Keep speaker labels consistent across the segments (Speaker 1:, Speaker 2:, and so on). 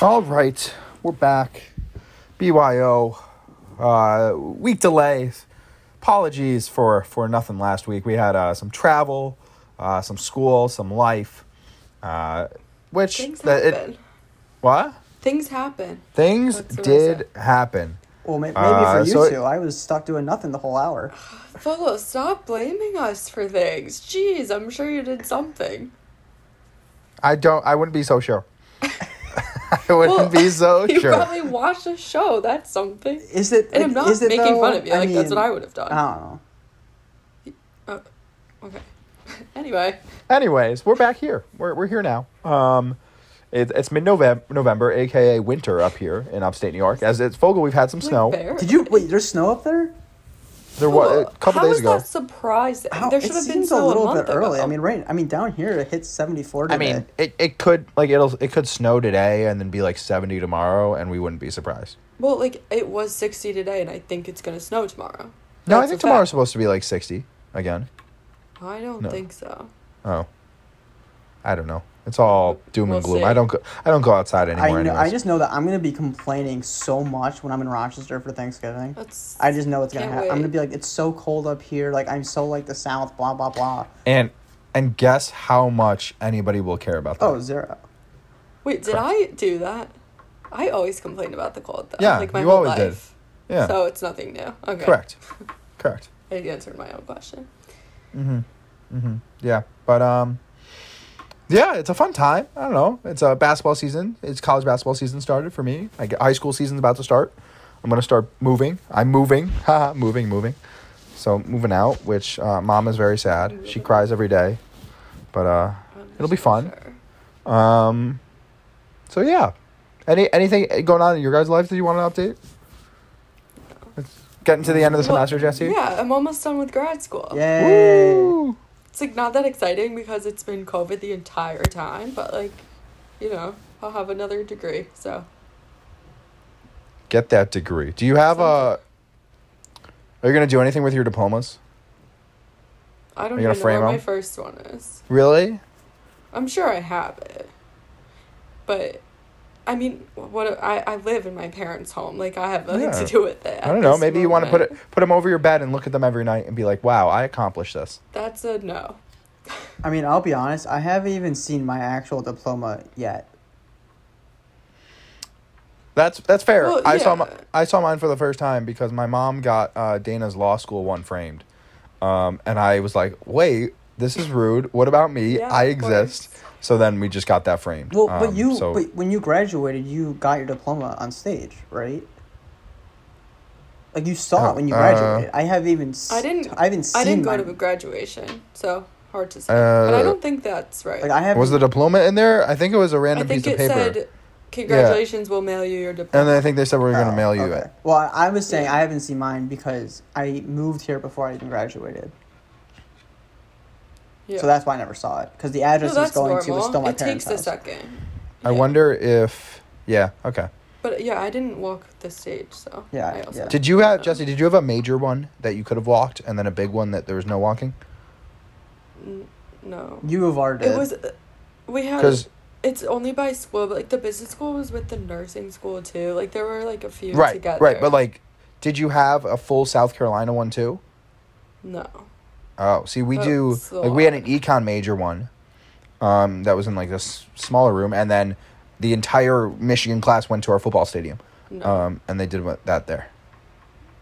Speaker 1: All right, we're back. BYO, uh, week delay. Apologies for for nothing last week. We had uh, some travel, uh, some school, some life, uh, which
Speaker 2: Things
Speaker 1: that it-
Speaker 2: happen.
Speaker 1: what
Speaker 2: Things happen.
Speaker 1: things
Speaker 2: What's the
Speaker 1: did
Speaker 2: reason?
Speaker 1: happen.
Speaker 3: Well, may- maybe
Speaker 1: Uh,
Speaker 3: for you
Speaker 1: so it-
Speaker 3: two, I was stuck doing nothing the whole hour.
Speaker 2: Polo, stop blaming us for things. Jeez, I'm sure you did something.
Speaker 1: I don't. I wouldn't be so sure. I wouldn't be so
Speaker 2: you
Speaker 1: sure.
Speaker 2: probably watched a show. That's something.
Speaker 3: Is it?
Speaker 2: And I'm not
Speaker 3: is it
Speaker 2: making
Speaker 3: though?
Speaker 2: fun of you.
Speaker 3: I
Speaker 2: Like that's
Speaker 3: mean, um,
Speaker 2: what I would have done.
Speaker 3: I don't know.
Speaker 2: Oh, okay. anyway,
Speaker 1: Anyways, we're back here. We're we're here now. Um, it, it's mid November, aka winter up here in upstate New York. As it's Fogle, we've had some snow.
Speaker 2: Fair.
Speaker 3: Did you wait? There's snow up there?
Speaker 1: There was a couple
Speaker 2: How
Speaker 1: days
Speaker 2: is
Speaker 1: ago.
Speaker 2: that surprising?
Speaker 3: How-
Speaker 2: there
Speaker 3: it
Speaker 2: should have been
Speaker 3: seems
Speaker 2: so
Speaker 3: a little
Speaker 2: month
Speaker 3: bit early.
Speaker 2: ago.
Speaker 3: I mean, right? I mean, down here it hits 74
Speaker 1: I
Speaker 3: today.
Speaker 1: mean, it, it could like it'll it could snow today and then be like seventy tomorrow, and we wouldn't be surprised.
Speaker 2: well, like it was 60 today, and I think it's gonna snow tomorrow.
Speaker 1: No, I
Speaker 2: That's a
Speaker 1: think
Speaker 2: fact.
Speaker 1: tomorrow's supposed to be like sixty again.
Speaker 2: I don't
Speaker 1: No.
Speaker 2: think so.
Speaker 1: Oh, I don't know. It's all doom
Speaker 2: We'll
Speaker 1: and gloom.
Speaker 2: see.
Speaker 1: I don't go. I don't go outside
Speaker 3: I
Speaker 1: anymore.
Speaker 3: know, I
Speaker 1: anyways.
Speaker 3: just know that I'm gonna be complaining so much when I'm in Rochester for Thanksgiving.
Speaker 2: That's.
Speaker 3: I just know it's gonna
Speaker 2: Can't
Speaker 3: happen. I'm gonna
Speaker 2: wait.
Speaker 3: be like, it's so cold up here. Like I'm so like the South. Blah blah blah.
Speaker 1: and and guess how much anybody will care about that.
Speaker 3: Oh, zero.
Speaker 2: Wait, did I do that? I always complain about the cold though.
Speaker 1: Yeah,
Speaker 2: like my
Speaker 1: you
Speaker 2: whole
Speaker 1: always did.
Speaker 2: life.
Speaker 1: yeah,
Speaker 2: So it's nothing new. Okay.
Speaker 1: correct, correct.
Speaker 2: I answered my own question.
Speaker 1: Yeah, but um, yeah, it's a fun time. I don't know. It's a uh, basketball season. It's college basketball season started for me. I get, high school season's about to start. I'm gonna start moving. I'm moving. Haha, moving, moving. So moving out, which uh, mom is very sad. She cries every day, but uh,
Speaker 2: I'm
Speaker 1: it'll be
Speaker 2: so
Speaker 1: fun.
Speaker 2: sure.
Speaker 1: Um, so yeah, any anything going on in your guys' life that you want to update? Let's get into the end of the
Speaker 2: Well,
Speaker 1: semester, Jesse.
Speaker 2: Yeah, I'm almost done with grad school.
Speaker 3: Yay!
Speaker 1: Woo!
Speaker 2: It's like not that exciting because it's been COVID the entire time, but like, you know, I'll have another degree. So
Speaker 1: Get that degree. Do you have a? Are you gonna do anything with your diplomas?
Speaker 2: I don't
Speaker 1: Are you gonna
Speaker 2: even know where
Speaker 1: frame
Speaker 2: my
Speaker 1: 'em?
Speaker 2: first one is.
Speaker 1: Really?
Speaker 2: I'm sure I have it. But I mean, what I, I live in my parents' home. Like I have nothing
Speaker 1: Yeah.
Speaker 2: to do with it.
Speaker 1: I don't know. Maybe you want to put it, put them over your bed and look at them every night and be like, "Wow, I accomplished this."
Speaker 2: That's a no.
Speaker 3: I mean, I'll be honest. I haven't even seen my actual diploma yet.
Speaker 1: That's that's fair.
Speaker 2: Well,
Speaker 1: I saw
Speaker 2: yeah.
Speaker 1: my, I saw mine for the first time because my mom got uh, Dana's law school one framed, um, and I was like, "Wait, this is rude. What about me?
Speaker 2: Yeah,
Speaker 1: I
Speaker 2: of
Speaker 1: exist." So then we just got that framed.
Speaker 3: Well, but
Speaker 1: Um,
Speaker 3: you,
Speaker 1: so
Speaker 3: but when you graduated, you got your diploma on stage, right? Like you saw
Speaker 1: Uh,
Speaker 3: it when you
Speaker 1: uh,
Speaker 3: graduated. I have even. s-
Speaker 2: I didn't-
Speaker 3: I haven't seen.
Speaker 2: I didn't go
Speaker 3: my,
Speaker 2: to graduation, so hard to say.
Speaker 1: Uh,
Speaker 2: but I don't think that's right.
Speaker 3: Like I have.
Speaker 1: was the diploma in there? I think it was a
Speaker 2: I
Speaker 1: random
Speaker 2: think
Speaker 1: piece
Speaker 2: it
Speaker 1: of paper,
Speaker 2: said, "Congratulations, we'll mail you your diploma."
Speaker 1: and then I think they said we were
Speaker 3: Oh,
Speaker 1: gonna mail you it.
Speaker 3: Well, I I was saying I haven't seen mine because I moved here before I even graduated,
Speaker 2: yeah.
Speaker 3: so that's why I never saw it. Because the address
Speaker 2: no,
Speaker 3: I was
Speaker 2: that's
Speaker 3: going
Speaker 2: normal.
Speaker 3: to was still my
Speaker 2: it
Speaker 3: parents'
Speaker 2: takes a
Speaker 3: house.
Speaker 2: second.
Speaker 1: I
Speaker 2: Yeah.
Speaker 1: wonder if yeah okay.
Speaker 2: But yeah, I didn't walk the stage, so
Speaker 3: Yeah,
Speaker 2: I also
Speaker 3: yeah.
Speaker 1: Did you have
Speaker 2: Um,
Speaker 1: Jesse? Did you have a major one that you could have walked, and then a big one that there was no walking?
Speaker 2: N- no.
Speaker 3: U of R did.
Speaker 2: It was uh, we had
Speaker 1: Because
Speaker 2: it's only by school, but like the business school was with the nursing school too. Like there were like a few
Speaker 1: right,
Speaker 2: together.
Speaker 1: right, but like, did you have a full South Carolina one too?
Speaker 2: no.
Speaker 1: Oh, see, we
Speaker 2: Oh,
Speaker 1: do
Speaker 2: so
Speaker 1: like we had an
Speaker 2: odd.
Speaker 1: econ major one, um, that was in like this smaller room, and then the entire Michigan class went to our football stadium,
Speaker 2: No.
Speaker 3: uh,
Speaker 1: um, and they did what- that there.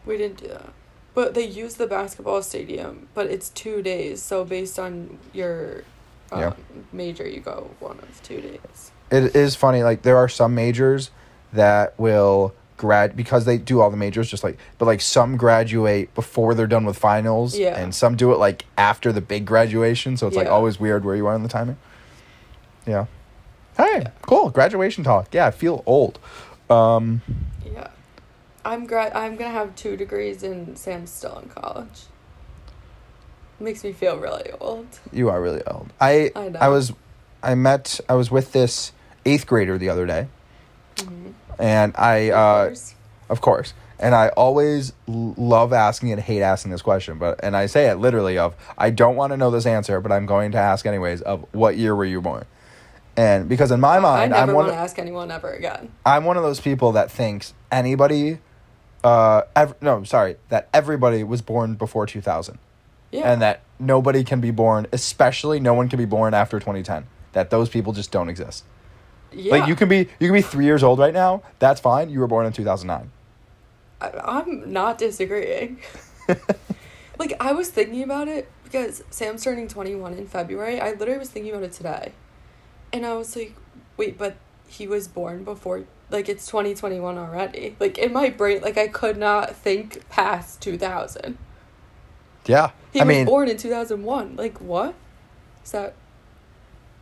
Speaker 2: we didn't do that. But they use the basketball stadium, but it's two days, so based on your um,
Speaker 1: Yeah.
Speaker 2: major you go one of two days.
Speaker 1: It is funny, like there are some majors that will grad because they do all the majors just like but like some graduate before they're done with finals
Speaker 2: Yeah.
Speaker 1: and some do it like after the big graduation so it's like
Speaker 2: Yeah.
Speaker 1: always weird where you are in the timing yeah hey cool graduation talk yeah i feel old um
Speaker 2: Yeah. I'm grad I'm gonna have two degrees and Sam's still in college. Makes me feel really old.
Speaker 1: You are really old. I I,
Speaker 2: I know.
Speaker 1: was I met I was with this eighth grader the other day,
Speaker 2: Mhm.
Speaker 1: and I
Speaker 2: Of
Speaker 1: Mm-hmm. uh,
Speaker 2: course.
Speaker 1: of course, and I always l- love asking and hate asking this question, but and I say it literally of I don't want to know this answer, but I'm going to ask anyways of what year were you born, And because in my
Speaker 2: I
Speaker 1: mind,
Speaker 2: never
Speaker 1: I'm one,
Speaker 2: want to ask anyone ever again.
Speaker 1: I'm one of those people that thinks anybody, uh, ev- no, sorry, that everybody was born before 2000,
Speaker 2: Yeah.
Speaker 1: and that nobody can be born, especially no one can be born after 2010. That those people just don't exist.
Speaker 2: yeah.
Speaker 1: Like you can be, you can be three years old right now. That's fine. You were born in 2009.
Speaker 2: I, I'm not disagreeing. like I was thinking about it because Sam's turning 21 in February. I literally was thinking about it today. And I was like, wait, but he was born before like it's 2021 already. Like in my brain, like I could not think past 2000.
Speaker 1: Yeah,
Speaker 2: He
Speaker 1: I
Speaker 2: was
Speaker 1: mean,
Speaker 2: born in 2001. Like what? Is that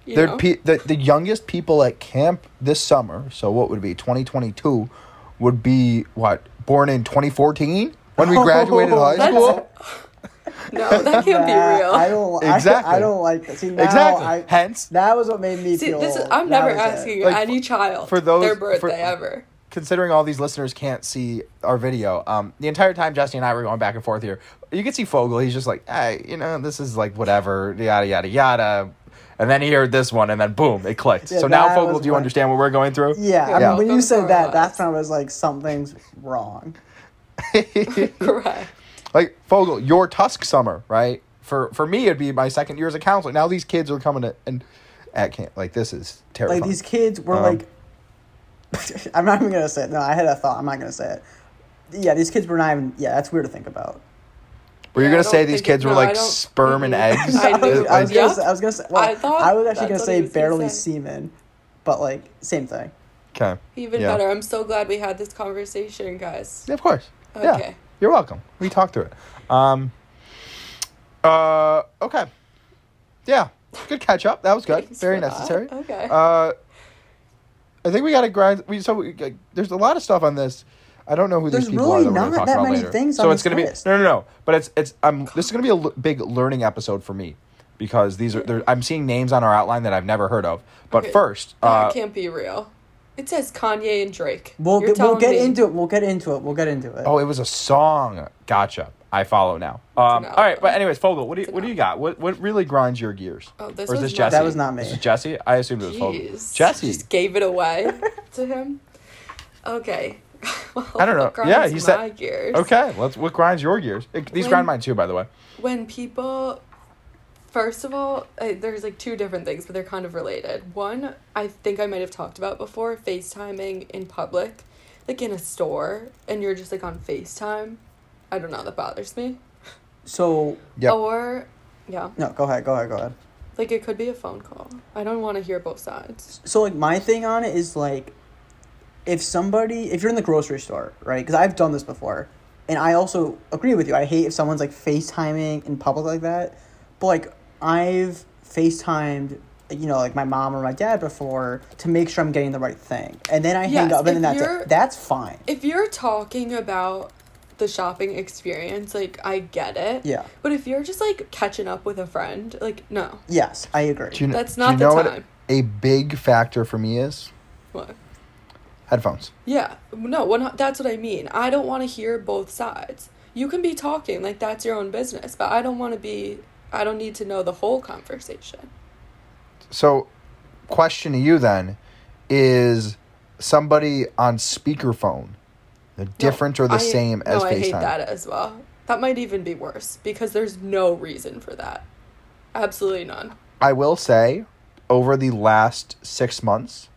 Speaker 2: you
Speaker 1: They're
Speaker 2: know?
Speaker 1: pe- the, the youngest people at camp this summer, so what would it be 2022, would be what, born in 2014 when
Speaker 3: Oh,
Speaker 1: we graduated high
Speaker 2: That's-
Speaker 1: school?
Speaker 2: no, that can't be
Speaker 3: Nah,
Speaker 2: real.
Speaker 3: I don't. I-
Speaker 1: Exactly.
Speaker 3: I, don't like that. See, now
Speaker 1: Exactly.
Speaker 3: I,
Speaker 1: Hence-
Speaker 3: that was what made me
Speaker 2: See,
Speaker 3: feel.
Speaker 2: this is, I'm
Speaker 3: that
Speaker 2: never
Speaker 3: was it.
Speaker 2: asking
Speaker 1: Like,
Speaker 2: any child
Speaker 1: for those-
Speaker 2: their
Speaker 1: for-
Speaker 2: birthday ever.
Speaker 1: Considering all these listeners can't see our video, um, the entire time Jesse and I were going back and forth here, you could see Fogel. He's just like, hey, you know, this is like whatever, yada, yada, yada. And then he heard this one, and then boom, it clicked.
Speaker 3: Yeah,
Speaker 1: so now,
Speaker 3: that
Speaker 1: Fogel,
Speaker 3: was
Speaker 1: do you
Speaker 3: my-
Speaker 1: understand what we're going through?
Speaker 3: Yeah, I
Speaker 2: Yeah.
Speaker 3: mean, when you
Speaker 2: Welcome to
Speaker 3: said
Speaker 2: our
Speaker 3: that, that's
Speaker 2: lives.
Speaker 3: when I was like, something's wrong.
Speaker 2: Correct.
Speaker 1: like Fogel, your Tusk summer, right? For for me, it'd be my second year as a counselor. Now these kids are coming to, and at camp like this is terrifying.
Speaker 3: Like these kids were
Speaker 1: Um,
Speaker 3: like, I'm not even gonna say it. No, I had a thought. I'm not gonna say it. Yeah, these kids were not even. Yeah, that's weird to think about.
Speaker 1: were you
Speaker 2: Yeah, I
Speaker 1: gonna
Speaker 2: don't
Speaker 1: say these
Speaker 2: think
Speaker 1: kids
Speaker 2: it-
Speaker 1: were
Speaker 2: no, I
Speaker 1: like
Speaker 2: don't-
Speaker 1: sperm and
Speaker 2: mm-mm.
Speaker 1: eggs?
Speaker 2: I
Speaker 3: I was,
Speaker 2: knew-
Speaker 3: I was
Speaker 2: yeah.
Speaker 3: gonna. Say, I was gonna say. Well,
Speaker 2: I
Speaker 3: I,
Speaker 2: thought
Speaker 3: was actually
Speaker 2: that's
Speaker 3: gonna
Speaker 2: what
Speaker 3: say
Speaker 2: he was gonna
Speaker 3: barely
Speaker 2: say.
Speaker 3: semen, but like same thing.
Speaker 1: okay.
Speaker 2: Even
Speaker 1: Yeah.
Speaker 2: better. I'm so glad we had this conversation, guys.
Speaker 1: Yeah, of course. Yeah,
Speaker 2: Okay.
Speaker 1: you're welcome. We talked through it. Um. Uh. Okay. Yeah. Good catch up. That was good.
Speaker 2: Thanks
Speaker 1: Very
Speaker 2: for that.
Speaker 1: necessary.
Speaker 2: Okay.
Speaker 1: Uh. I think we got to grind. We so we, like, there's a lot of stuff on this. I don't know who
Speaker 3: There's
Speaker 1: these people
Speaker 3: really
Speaker 1: are. That we're
Speaker 3: not
Speaker 1: gonna talk
Speaker 3: that
Speaker 1: about
Speaker 3: many
Speaker 1: later.
Speaker 3: things
Speaker 1: So
Speaker 3: on
Speaker 1: it's
Speaker 3: this
Speaker 1: gonna
Speaker 3: list.
Speaker 1: be no, no, no. But it's it's um this is gonna be a l- big learning episode for me because these are there, I'm seeing names on our outline that I've never heard of. But
Speaker 2: Okay.
Speaker 1: first, uh,
Speaker 2: that can't be real. It says Kanye and Drake. You're
Speaker 3: We'll get, we'll
Speaker 2: telling
Speaker 3: get
Speaker 2: me-
Speaker 3: into it. We'll get into it. We'll get into it.
Speaker 1: oh, it was a song. Gotcha. I follow now. Um,
Speaker 2: no.
Speaker 1: all right, but anyways, Fogel, what do you,
Speaker 2: It's a
Speaker 1: what do
Speaker 2: no.
Speaker 1: you got? What what really grinds your gears?
Speaker 2: Oh, this
Speaker 1: or is
Speaker 2: was
Speaker 1: this
Speaker 2: not-
Speaker 1: Jesse?
Speaker 2: That
Speaker 3: was not me.
Speaker 1: This is Jesse. I assumed it was Fogel.
Speaker 2: Jeez.
Speaker 1: Jesse.
Speaker 2: Just gave it away to him. Okay. well,
Speaker 1: I don't know.
Speaker 2: it grinds
Speaker 1: Yeah, he said-
Speaker 2: my gears.
Speaker 1: Okay, let's. What grinds your gears? It- these
Speaker 2: When-
Speaker 1: grind mine too, by the way.
Speaker 2: when people first of all uh, there's like two different things but they're kind of related one i think i might have talked about before facetiming in public like in a store and you're just like on facetime i don't know that bothers me
Speaker 3: So
Speaker 1: Yep.
Speaker 2: or yeah
Speaker 3: no, go ahead. Go ahead. Go ahead.
Speaker 2: like it could be a phone call i don't want to hear both sides
Speaker 3: So like my thing on it is like, if somebody, if you're in the grocery store, right? Because I've done this before, and I also agree with you. I hate if someone's like FaceTiming in public like that. But like I've FaceTimed, you know, like my mom or my dad before to make sure I'm getting the right thing, and then I hang
Speaker 2: Yes,
Speaker 3: up, and then
Speaker 2: if
Speaker 3: that's
Speaker 2: you're-
Speaker 3: it. That's fine.
Speaker 2: if you're talking about the shopping experience like i get it
Speaker 3: Yeah.
Speaker 2: but if you're just like catching up with a friend like no
Speaker 3: Yes, I agree.
Speaker 1: Do you, kn-
Speaker 2: That's
Speaker 1: do
Speaker 2: not
Speaker 1: you
Speaker 2: the
Speaker 1: know what
Speaker 2: time.
Speaker 1: a big factor for me is
Speaker 2: what
Speaker 1: headphones.
Speaker 2: Yeah, no, one, that's what I mean. I don't want to hear both sides. You can be talking, like that's your own business, but I don't want to be, I don't need to know the whole conversation.
Speaker 1: So, question to you then is somebody on speakerphone the different or the
Speaker 2: I-
Speaker 1: same as
Speaker 2: no, I hate
Speaker 1: FaceTime?
Speaker 2: that as well. That might even be worse because there's no reason for that. Absolutely none.
Speaker 1: I will say, over the last six months,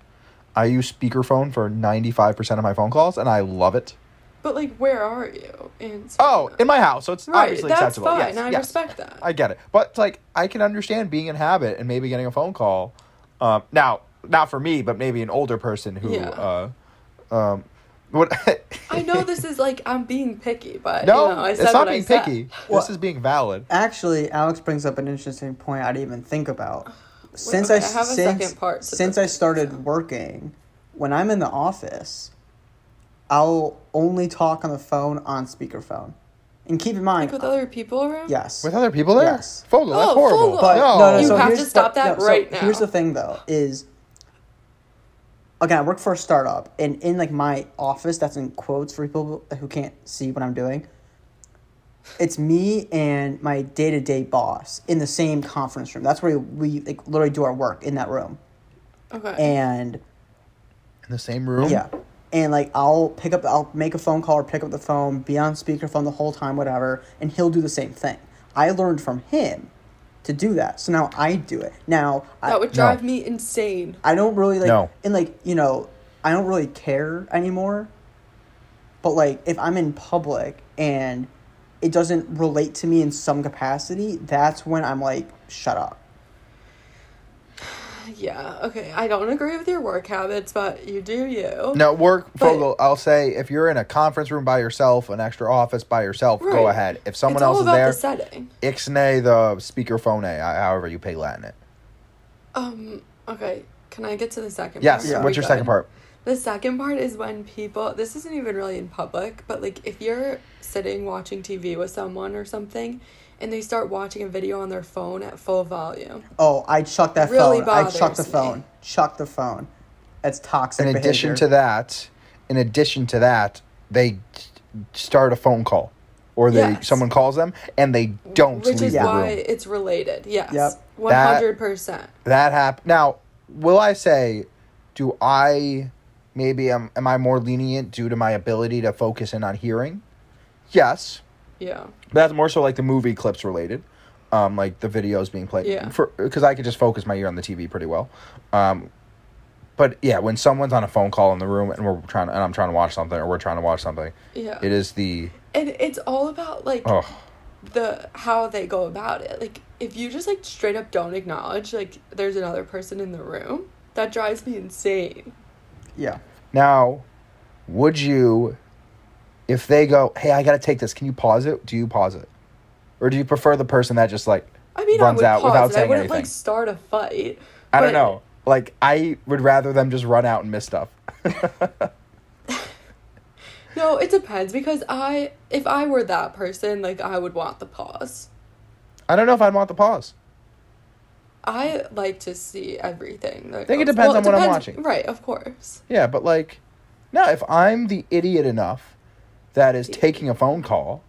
Speaker 1: I use speakerphone for 95% of my phone calls and I love it.
Speaker 2: But like, where are you? And
Speaker 1: Oh, in my house, so it's
Speaker 2: right,
Speaker 1: obviously
Speaker 2: that's
Speaker 1: acceptable.
Speaker 2: fine.
Speaker 1: Yes,
Speaker 2: I
Speaker 1: yes.
Speaker 2: respect that.
Speaker 1: I get it. But like I can understand being in habit and maybe getting a phone call. Um, now not for me, but maybe an older person who
Speaker 2: Yeah.
Speaker 1: uh um what
Speaker 2: I know this is like I'm being picky, but
Speaker 1: No,
Speaker 2: you know, I
Speaker 1: it's
Speaker 2: said
Speaker 1: not
Speaker 2: what I
Speaker 1: being
Speaker 2: said.
Speaker 1: picky.
Speaker 3: Well-
Speaker 1: This is being valid.
Speaker 3: Actually, Alex brings up an interesting point I didn't even think about. Since
Speaker 2: okay,
Speaker 3: I,
Speaker 2: I have a
Speaker 3: since,
Speaker 2: second part to
Speaker 3: since
Speaker 2: this,
Speaker 3: I started
Speaker 2: so.
Speaker 3: working, when I'm in the office, I'll only talk on the phone on speakerphone. And keep in mind,
Speaker 2: Like with other people around.
Speaker 3: yes,
Speaker 1: With other people there?
Speaker 3: Yes.
Speaker 1: Fogel, that's
Speaker 2: Oh,
Speaker 1: horrible.
Speaker 2: Fogel.
Speaker 3: but
Speaker 1: no.
Speaker 3: no, no,
Speaker 2: You
Speaker 3: so
Speaker 2: have to
Speaker 3: here's-
Speaker 2: stop
Speaker 3: but-
Speaker 2: that
Speaker 3: so
Speaker 2: right now.
Speaker 3: Here's the thing, though: is again, I work for a startup, and in like my office, that's in quotes for people who can't see what I'm doing. It's me and my day to day boss in the same conference room. That's where we like literally do our work in that room.
Speaker 2: Okay.
Speaker 3: and
Speaker 1: in the same room.
Speaker 3: yeah, and like I'll pick up, I'll make a phone call or pick up the phone, be on speakerphone the whole time, whatever, and he'll do the same thing. I learned from him to do that, so now I do it. Now I,
Speaker 2: that would drive me insane.
Speaker 3: I don't really like
Speaker 1: No.
Speaker 3: and like you know I don't really care anymore. But like if I'm in public and it doesn't relate to me in some capacity, that's when I'm like shut up.
Speaker 2: Yeah. Okay. I don't agree with your work habits, but you do you.
Speaker 1: Now work,
Speaker 2: But-
Speaker 1: Fogel. I'll say if you're in a conference room by yourself, an extra office by yourself, go
Speaker 2: Right.
Speaker 1: ahead. If someone
Speaker 2: it's
Speaker 1: else
Speaker 2: all
Speaker 1: is
Speaker 2: about
Speaker 1: there,
Speaker 2: the setting.
Speaker 1: ixnay the speakerphone, however you pay Latin it.
Speaker 2: Um. Okay. Can I get to the second?
Speaker 1: Yes.
Speaker 2: Part?
Speaker 3: Yeah.
Speaker 2: Are
Speaker 1: What's
Speaker 2: we
Speaker 1: your second
Speaker 2: good?
Speaker 1: part?
Speaker 2: The second part is when people. This isn't even really in public, but like if you're sitting watching TV with someone or something, and they start watching a video on their phone at full volume.
Speaker 3: Oh, I chuck that
Speaker 2: Really
Speaker 3: phone. I chuck
Speaker 2: bothers
Speaker 3: the
Speaker 2: me.
Speaker 3: phone. Chuck the phone. That's toxic.
Speaker 1: In addition to
Speaker 3: behavior.
Speaker 1: that, in addition to that, they start a phone call, or they
Speaker 2: Yes.
Speaker 1: someone calls them and they don't
Speaker 2: Which
Speaker 1: leave
Speaker 2: is
Speaker 1: the
Speaker 2: why
Speaker 1: room.
Speaker 2: it's related. Yes.
Speaker 3: Yep.
Speaker 2: One hundred percent.
Speaker 1: That happened. Now, will I say, do I maybe am am I more lenient due to my ability to focus in on hearing? Yes.
Speaker 2: Yeah.
Speaker 1: That's more so like the movie clips related, um, like the videos being played.
Speaker 2: Yeah.
Speaker 1: Because I could just focus my ear on the TV pretty well. Um, but yeah, when someone's on a phone call in the room and we're trying and I'm trying to watch something or we're trying to watch something,
Speaker 2: Yeah.
Speaker 1: it is the
Speaker 2: and it's all about like
Speaker 1: oh
Speaker 2: the how they go about it. Like if you just like straight up don't acknowledge like there's another person in the room, that drives me insane.
Speaker 3: yeah.
Speaker 1: now. Would you, if they go, hey, I gotta take this. Can you pause it? Do you pause it, or do you prefer the person that just like
Speaker 2: I mean,
Speaker 1: runs
Speaker 2: I would
Speaker 1: out
Speaker 2: pause
Speaker 1: without
Speaker 2: it. I
Speaker 1: saying
Speaker 2: wouldn't
Speaker 1: anything?
Speaker 2: like start a fight.
Speaker 1: I
Speaker 2: but-
Speaker 1: don't know. Like I would rather them just run out and miss stuff.
Speaker 2: No, it depends because I if I were that person, like I would want the pause.
Speaker 1: I don't know if I'd want the pause.
Speaker 2: I like to see everything. that
Speaker 1: I think it
Speaker 2: goes-
Speaker 1: depends on what I'm watching.
Speaker 2: Right, of course.
Speaker 1: Yeah, but like, no, if I'm the idiot enough that is taking a phone call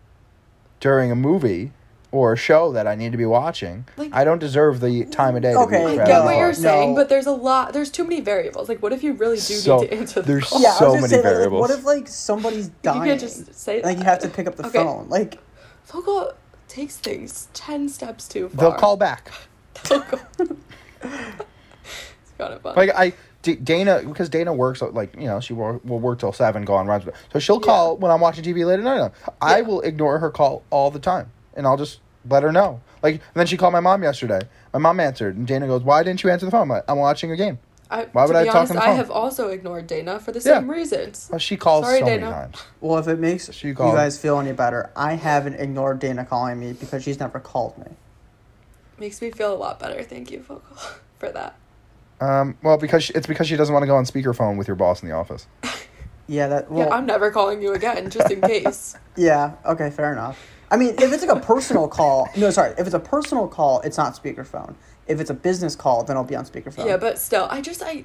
Speaker 1: during a movie or a show that I need to be watching,
Speaker 2: Like-
Speaker 1: I don't deserve the time of day.
Speaker 3: Okay,
Speaker 1: to
Speaker 2: I
Speaker 1: be
Speaker 3: Yeah.
Speaker 2: get what
Speaker 3: No.
Speaker 2: you're saying,
Speaker 3: No.
Speaker 2: but there's a lot. There's too many variables. Like, what if you really do
Speaker 1: So,
Speaker 2: need to answer the
Speaker 1: there's
Speaker 2: call?
Speaker 3: Yeah,
Speaker 1: So
Speaker 3: I was
Speaker 1: many
Speaker 3: gonna say, like,
Speaker 1: variables.
Speaker 3: Like, what if like somebody's dying?
Speaker 2: You can't just say that.
Speaker 3: like you have to pick up the
Speaker 2: Okay.
Speaker 3: phone. Like
Speaker 2: Fogel takes things ten steps too far.
Speaker 1: They'll call back.
Speaker 2: Fogel. it's kind of fun.
Speaker 1: Like I, D- Dana, because Dana works like you know she will, will work till seven, go on runs, so she'll call when I'm watching TV later. No, no, I
Speaker 2: Yeah.
Speaker 1: will ignore her call all the time, and I'll just let her know. Like and then she called my mom yesterday. My mom answered, and Dana goes, "Why didn't you answer the phone?" I'm like, "I'm watching a game."
Speaker 2: I,
Speaker 1: why
Speaker 2: to
Speaker 1: would I
Speaker 2: be
Speaker 1: talk
Speaker 2: honest,
Speaker 1: on the
Speaker 2: I
Speaker 1: phone?
Speaker 2: have also ignored Dana for the
Speaker 1: Yeah.
Speaker 2: same reasons.
Speaker 1: Well, she calls
Speaker 2: Sorry,
Speaker 1: so many
Speaker 2: Dana.
Speaker 1: times.
Speaker 3: well if it makes
Speaker 1: She
Speaker 3: you
Speaker 1: called.
Speaker 3: guys feel any better, I haven't ignored Dana calling me because she's never called me.
Speaker 2: Makes me feel a lot better. Thank you, Fogel, for that.
Speaker 1: Um, well, because she, it's because she doesn't want to go on speakerphone with your boss in the office.
Speaker 3: Yeah, that well
Speaker 2: yeah, I'm never calling you again, just in case.
Speaker 3: Yeah. Okay. Fair enough. I mean, if it's like a personal call, no, sorry. If it's a personal call, it's not speakerphone. If it's a business call, then I'll be on speakerphone.
Speaker 2: yeah, but still, I just I,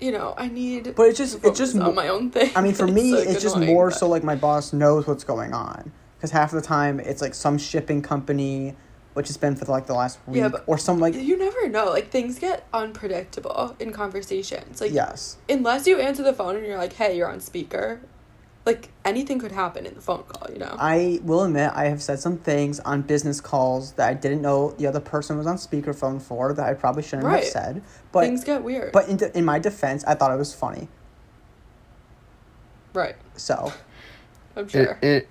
Speaker 2: you know, I need.
Speaker 3: But it's just-
Speaker 2: to
Speaker 3: it's just
Speaker 2: focus on
Speaker 3: mo-
Speaker 2: my own thing.
Speaker 3: I mean, for me,
Speaker 2: like,
Speaker 3: it's, just
Speaker 2: annoying,
Speaker 3: more
Speaker 2: but-
Speaker 3: so like my boss knows what's going on because half of the time it's like some shipping company, which has been for like the last week,
Speaker 2: Yeah, but-
Speaker 3: or some like
Speaker 2: You never know. Like things get unpredictable in conversations. Like
Speaker 3: yes,
Speaker 2: unless you answer the phone and you're like, "Hey, you're on speaker," like anything could happen in the phone call. You know.
Speaker 3: I will admit I have said some things on business calls that I didn't know the other person was on speakerphone for that I probably shouldn't
Speaker 2: Right.
Speaker 3: have said. But
Speaker 2: things get weird.
Speaker 3: but in, de- in my defense, I thought it was funny.
Speaker 2: right.
Speaker 3: So
Speaker 2: I'm sure.
Speaker 1: It, it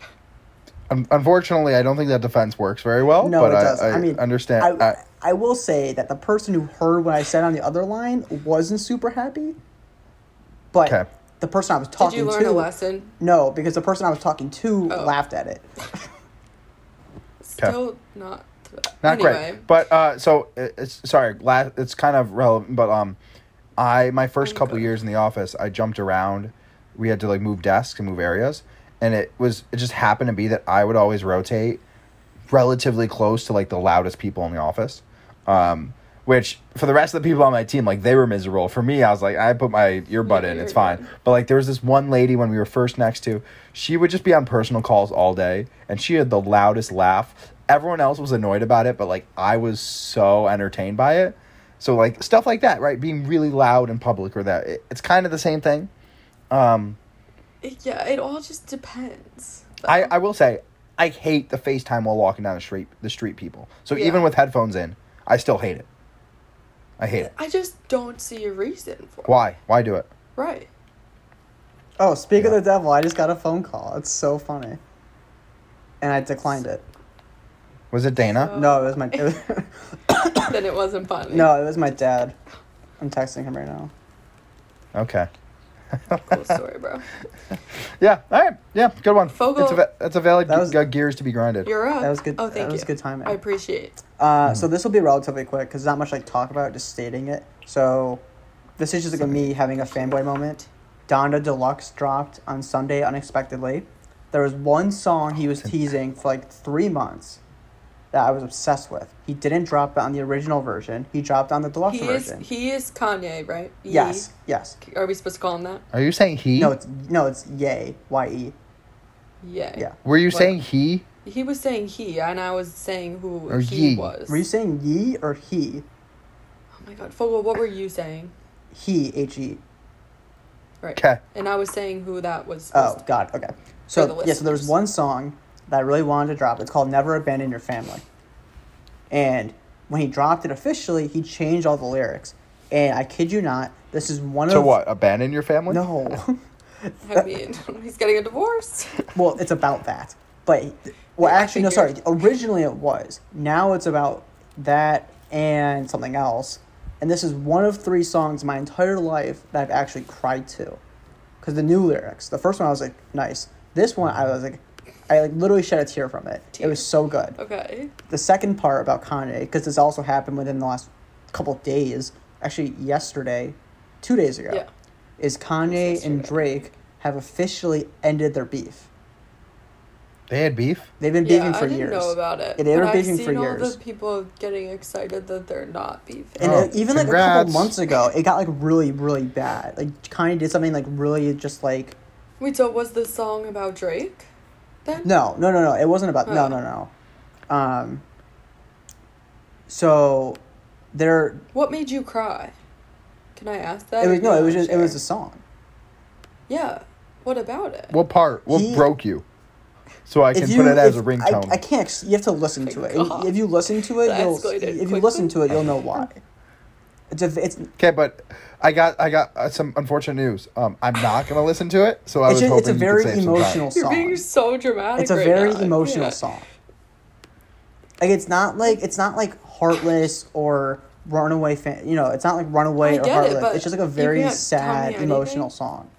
Speaker 1: un- unfortunately, I don't think that defense works very well.
Speaker 3: No,
Speaker 1: Oh, but
Speaker 3: it
Speaker 1: I,
Speaker 3: does.
Speaker 1: I,
Speaker 3: I, mean,
Speaker 1: understand. uh,
Speaker 3: I,
Speaker 1: I-
Speaker 3: I will say that the person who heard what I said on the other line wasn't super happy, but
Speaker 1: Okay.
Speaker 3: the person I was
Speaker 2: Did
Speaker 3: talking
Speaker 2: you learn
Speaker 3: to
Speaker 2: a lesson?
Speaker 3: no, because the person I was talking to
Speaker 2: Oh.
Speaker 3: laughed at it.
Speaker 2: Still not. th-
Speaker 1: not
Speaker 2: anyway,
Speaker 1: great. But uh, so it- it's sorry. Last, it's kind of relevant, but um, I my 1st
Speaker 2: I'm
Speaker 1: couple
Speaker 2: good.
Speaker 1: years in the office, I jumped around. We had to like move desks and move areas, and it was it just happened to be that I would always rotate relatively close to like the loudest people in the office. Um, which for the rest of the people on my team, like they were miserable. For me, I was like, I put my earbud
Speaker 2: Yeah,
Speaker 1: in, it's
Speaker 2: you're
Speaker 1: fine.
Speaker 2: good.
Speaker 1: But like there was this one lady when we were first next to, she would just be on personal calls all day and she had the loudest laugh. Everyone else was annoyed about it, but like I was so entertained by it. So like stuff like that, right? Being really loud in public or that it, it's kind of the same thing. Um,
Speaker 2: It- yeah, it all just depends.
Speaker 1: I I will say I hate the FaceTime while walking down the street. The street people. So
Speaker 2: Yeah.
Speaker 1: even with headphones in, I still hate it. I hate it.
Speaker 2: I just don't see a reason for it.
Speaker 1: Why? Why do it?
Speaker 2: Right.
Speaker 3: Oh, speak of
Speaker 1: Yeah.
Speaker 3: the devil, I just got a phone call. It's so funny. And I declined it.
Speaker 1: Was it
Speaker 2: Oh.
Speaker 1: Dana?
Speaker 3: No, it was my it was,
Speaker 2: then it wasn't funny.
Speaker 3: No, it was my dad. I'm texting him right now.
Speaker 1: Okay.
Speaker 2: Cool story, bro.
Speaker 1: Yeah. All right. Yeah. Good one.
Speaker 2: Fogel.
Speaker 1: It's a va- that's a valid
Speaker 3: That was-
Speaker 1: ge- gears to be grinded.
Speaker 2: You're up.
Speaker 3: That was good.
Speaker 2: Oh, thank
Speaker 3: that was
Speaker 2: you.
Speaker 3: good timing.
Speaker 2: I appreciate it.
Speaker 3: Uh, so this will be relatively quick because not much like talk about, just stating it. So, this is just like me having a fanboy moment. Donda Deluxe dropped on Sunday unexpectedly. There was one song he was teasing for like three months that I was obsessed with. He didn't drop it on the original version. He dropped on the deluxe
Speaker 2: He is
Speaker 3: version.
Speaker 2: he is Kanye, right? Ye?
Speaker 3: yes, yes.
Speaker 2: Are we supposed to call him that?
Speaker 1: Are you saying he?
Speaker 3: No, it's no, it's yay, y e.
Speaker 2: Yeah.
Speaker 3: Yeah.
Speaker 1: Were you
Speaker 3: Like-
Speaker 1: saying he?
Speaker 2: He was saying he, and I was saying who
Speaker 1: Or
Speaker 2: he
Speaker 1: ye.
Speaker 2: was.
Speaker 3: Were you saying ye or he?
Speaker 2: oh my god, Fogel, what were you saying?
Speaker 3: He h e.
Speaker 2: Right.
Speaker 1: Okay.
Speaker 2: And I was saying who that was.
Speaker 3: Oh
Speaker 2: supposed to-
Speaker 3: God. Okay.
Speaker 2: the
Speaker 3: So yeah, so there's
Speaker 2: listeners.
Speaker 3: one song that I really wanted to drop. It's called "Never Abandon Your Family," and when he dropped it officially, he changed all the lyrics. And I kid you not, this is one
Speaker 1: To
Speaker 3: of
Speaker 1: what? Abandon your family?
Speaker 3: No.
Speaker 2: I mean, he's getting a divorce.
Speaker 3: well, it's about that, but well,
Speaker 2: Yeah, I
Speaker 3: actually, no. Sorry.
Speaker 2: figured.
Speaker 3: Originally, it was. Now it's about that and something else. And this is one of three songs my entire life that I've actually cried to, because the new lyrics. The first one I was like, nice. This one I was like, I like literally shed a tear from it. It was
Speaker 2: Tears.
Speaker 3: so good
Speaker 2: Okay.
Speaker 3: the second part about Kanye, because this also happened within the last couple of days, actually yesterday, two days ago,
Speaker 2: Yeah.
Speaker 3: is Kanye
Speaker 2: It's
Speaker 3: and
Speaker 2: yesterday.
Speaker 3: Drake have officially ended their beef.
Speaker 1: They had beef.
Speaker 3: They've been
Speaker 2: Yeah,
Speaker 3: beefing
Speaker 2: I
Speaker 3: for
Speaker 2: didn't
Speaker 3: years.
Speaker 2: know about it.
Speaker 3: Yeah, they were
Speaker 2: but
Speaker 3: beefing
Speaker 2: I've
Speaker 3: for
Speaker 2: seen all
Speaker 3: years.
Speaker 2: the people getting excited that they're not beefing.
Speaker 3: And
Speaker 1: Oh,
Speaker 3: it- even like a couple
Speaker 1: congrats.
Speaker 3: months ago, it got like really, really bad. Like Kanye did something like really just like
Speaker 2: Wait, so was the song about Drake? Then
Speaker 3: no, no, no, no. It wasn't about no,
Speaker 2: Oh.
Speaker 3: no, no. Um. So, they're
Speaker 2: What made you cry? Can I ask that?
Speaker 3: it
Speaker 2: or
Speaker 3: was
Speaker 2: do
Speaker 3: no,
Speaker 2: you
Speaker 3: it was
Speaker 2: not
Speaker 3: just it was
Speaker 2: share?
Speaker 3: a song.
Speaker 2: Yeah. What about it?
Speaker 1: What part? What
Speaker 3: He-
Speaker 1: broke you? So I
Speaker 3: If
Speaker 1: can put it as a
Speaker 3: if-
Speaker 1: ringtone.
Speaker 3: I, I can't. ex- You have to listen to it.
Speaker 2: God.
Speaker 3: If you listen to it,
Speaker 2: That
Speaker 3: you'll,
Speaker 2: escalated
Speaker 3: if you
Speaker 2: quickly.
Speaker 3: listen to it, you'll know why. It's a, it's
Speaker 1: okay, but I got I got uh, some unfortunate news. Um, I'm not gonna listen to it. So I
Speaker 3: it's,
Speaker 1: was
Speaker 3: just,
Speaker 1: hoping
Speaker 3: it's a
Speaker 1: you could
Speaker 3: very
Speaker 1: save some time.
Speaker 3: emotional
Speaker 2: You're
Speaker 3: song.
Speaker 2: being so dramatic.
Speaker 3: it's a
Speaker 2: right
Speaker 3: very
Speaker 2: now.
Speaker 3: emotional
Speaker 2: Yeah.
Speaker 3: song. Like it's not like it's not like heartless or runaway fan. You know, it's not like runaway
Speaker 2: I
Speaker 3: or
Speaker 2: get it,
Speaker 3: heartless.
Speaker 2: but
Speaker 3: it's just like a
Speaker 2: you
Speaker 3: very
Speaker 2: can't tell
Speaker 3: sad,
Speaker 2: me
Speaker 3: emotional
Speaker 2: anything.
Speaker 3: song.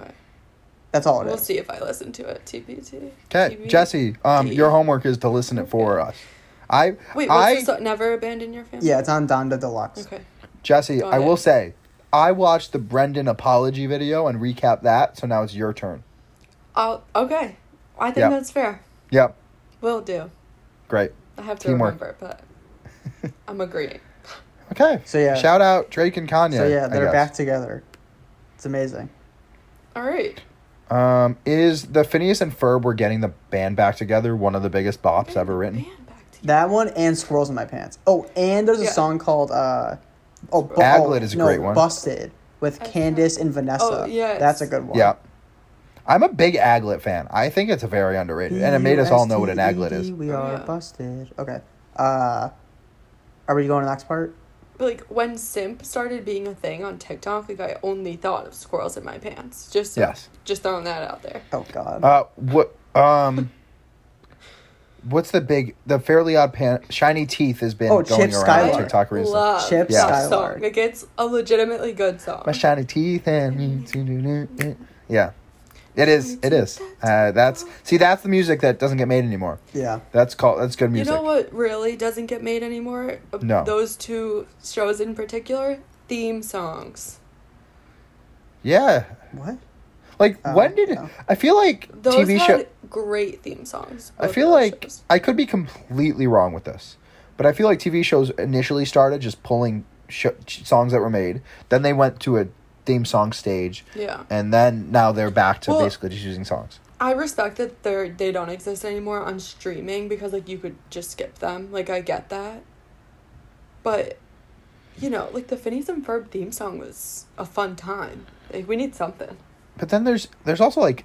Speaker 2: Okay.
Speaker 3: That's all it is.
Speaker 2: We'll see if I listen to it. TBT.
Speaker 1: Okay,
Speaker 2: TBT.
Speaker 1: Jesse, um, your homework is to listen it for us. I
Speaker 2: Wait, what's
Speaker 1: I
Speaker 2: the song? Never abandon your family.
Speaker 3: Yeah, it's on Donda Deluxe.
Speaker 2: Okay.
Speaker 1: Jesse,
Speaker 2: Go
Speaker 1: I will
Speaker 2: ahead.
Speaker 1: say, I watched the Brendan apology video and recap that. So now it's your turn.
Speaker 2: I'll. Okay. I think
Speaker 1: Yeah.
Speaker 2: that's fair.
Speaker 1: Yep,
Speaker 2: Will do.
Speaker 1: great.
Speaker 2: I have to
Speaker 1: Teamwork.
Speaker 2: remember, but I'm agreeing.
Speaker 1: Okay.
Speaker 3: So, yeah.
Speaker 1: Shout out Drake and Kanye.
Speaker 3: So yeah,
Speaker 1: I
Speaker 3: they're
Speaker 1: guess.
Speaker 3: back together. It's amazing.
Speaker 2: All right.
Speaker 1: Um, is the Phineas and Ferb were getting the band back together one of the biggest bops ever written?
Speaker 2: Man, back to you.
Speaker 3: That one and Squirrels in My Pants. Oh, and there's a
Speaker 2: Yeah.
Speaker 3: song called uh Oh, bu-
Speaker 1: Baglet
Speaker 3: oh,
Speaker 1: is a
Speaker 3: no,
Speaker 1: great one.
Speaker 3: Busted with
Speaker 2: I know.
Speaker 3: Candace and Vanessa.
Speaker 2: Oh, yes.
Speaker 3: That's a good one.
Speaker 1: Yeah. I'm a big Aglet fan. I think it's a very underrated, and it made us all know what an Aglet
Speaker 3: B-U-S-T-E-D,
Speaker 1: is.
Speaker 3: We
Speaker 2: Oh,
Speaker 3: are
Speaker 2: yeah.
Speaker 3: busted. Okay. Uh are we going to the next part?
Speaker 2: But, like when simp started being a thing on TikTok, like I only thought of squirrels in my pants. Just
Speaker 1: Yes.
Speaker 2: just throwing that out there.
Speaker 3: Oh god.
Speaker 1: Uh, what um, what's the big the Fairly Odd Pan Shiny Teeth has been
Speaker 3: Oh,
Speaker 1: going
Speaker 3: Chip
Speaker 1: around
Speaker 3: Skylar.
Speaker 1: on TikTok recently.
Speaker 2: Love
Speaker 3: Chip
Speaker 2: that
Speaker 3: Skylard.
Speaker 2: song. Like it's a legitimately good song.
Speaker 1: My shiny teeth and yeah, it is. It is. Uh, that's see, that's the music that doesn't get made anymore.
Speaker 3: yeah.
Speaker 1: That's called. That's good
Speaker 2: you
Speaker 1: music.
Speaker 2: know what really doesn't get made anymore? Of
Speaker 1: No.
Speaker 2: Those two shows in particular, theme songs.
Speaker 1: Yeah,
Speaker 3: What?
Speaker 1: like
Speaker 3: Oh,
Speaker 1: when did
Speaker 3: yeah.
Speaker 1: I feel like
Speaker 2: Those
Speaker 1: TV
Speaker 2: had
Speaker 1: show?
Speaker 2: great theme songs.
Speaker 1: I
Speaker 2: both
Speaker 1: feel
Speaker 2: of those
Speaker 1: like
Speaker 2: shows.
Speaker 1: I could be completely wrong with this, but I feel like TV shows initially started just pulling sh- songs that were made. Then they went to a theme song stage,
Speaker 2: yeah.
Speaker 1: and then now they're back to
Speaker 2: Well-
Speaker 1: basically just using songs.
Speaker 2: I respect that they're they don't exist anymore on streaming because like you could just skip them. Like I get that. But you know, like the Phineas and Ferb theme song was a fun time. Like we need something.
Speaker 1: But then there's there's also like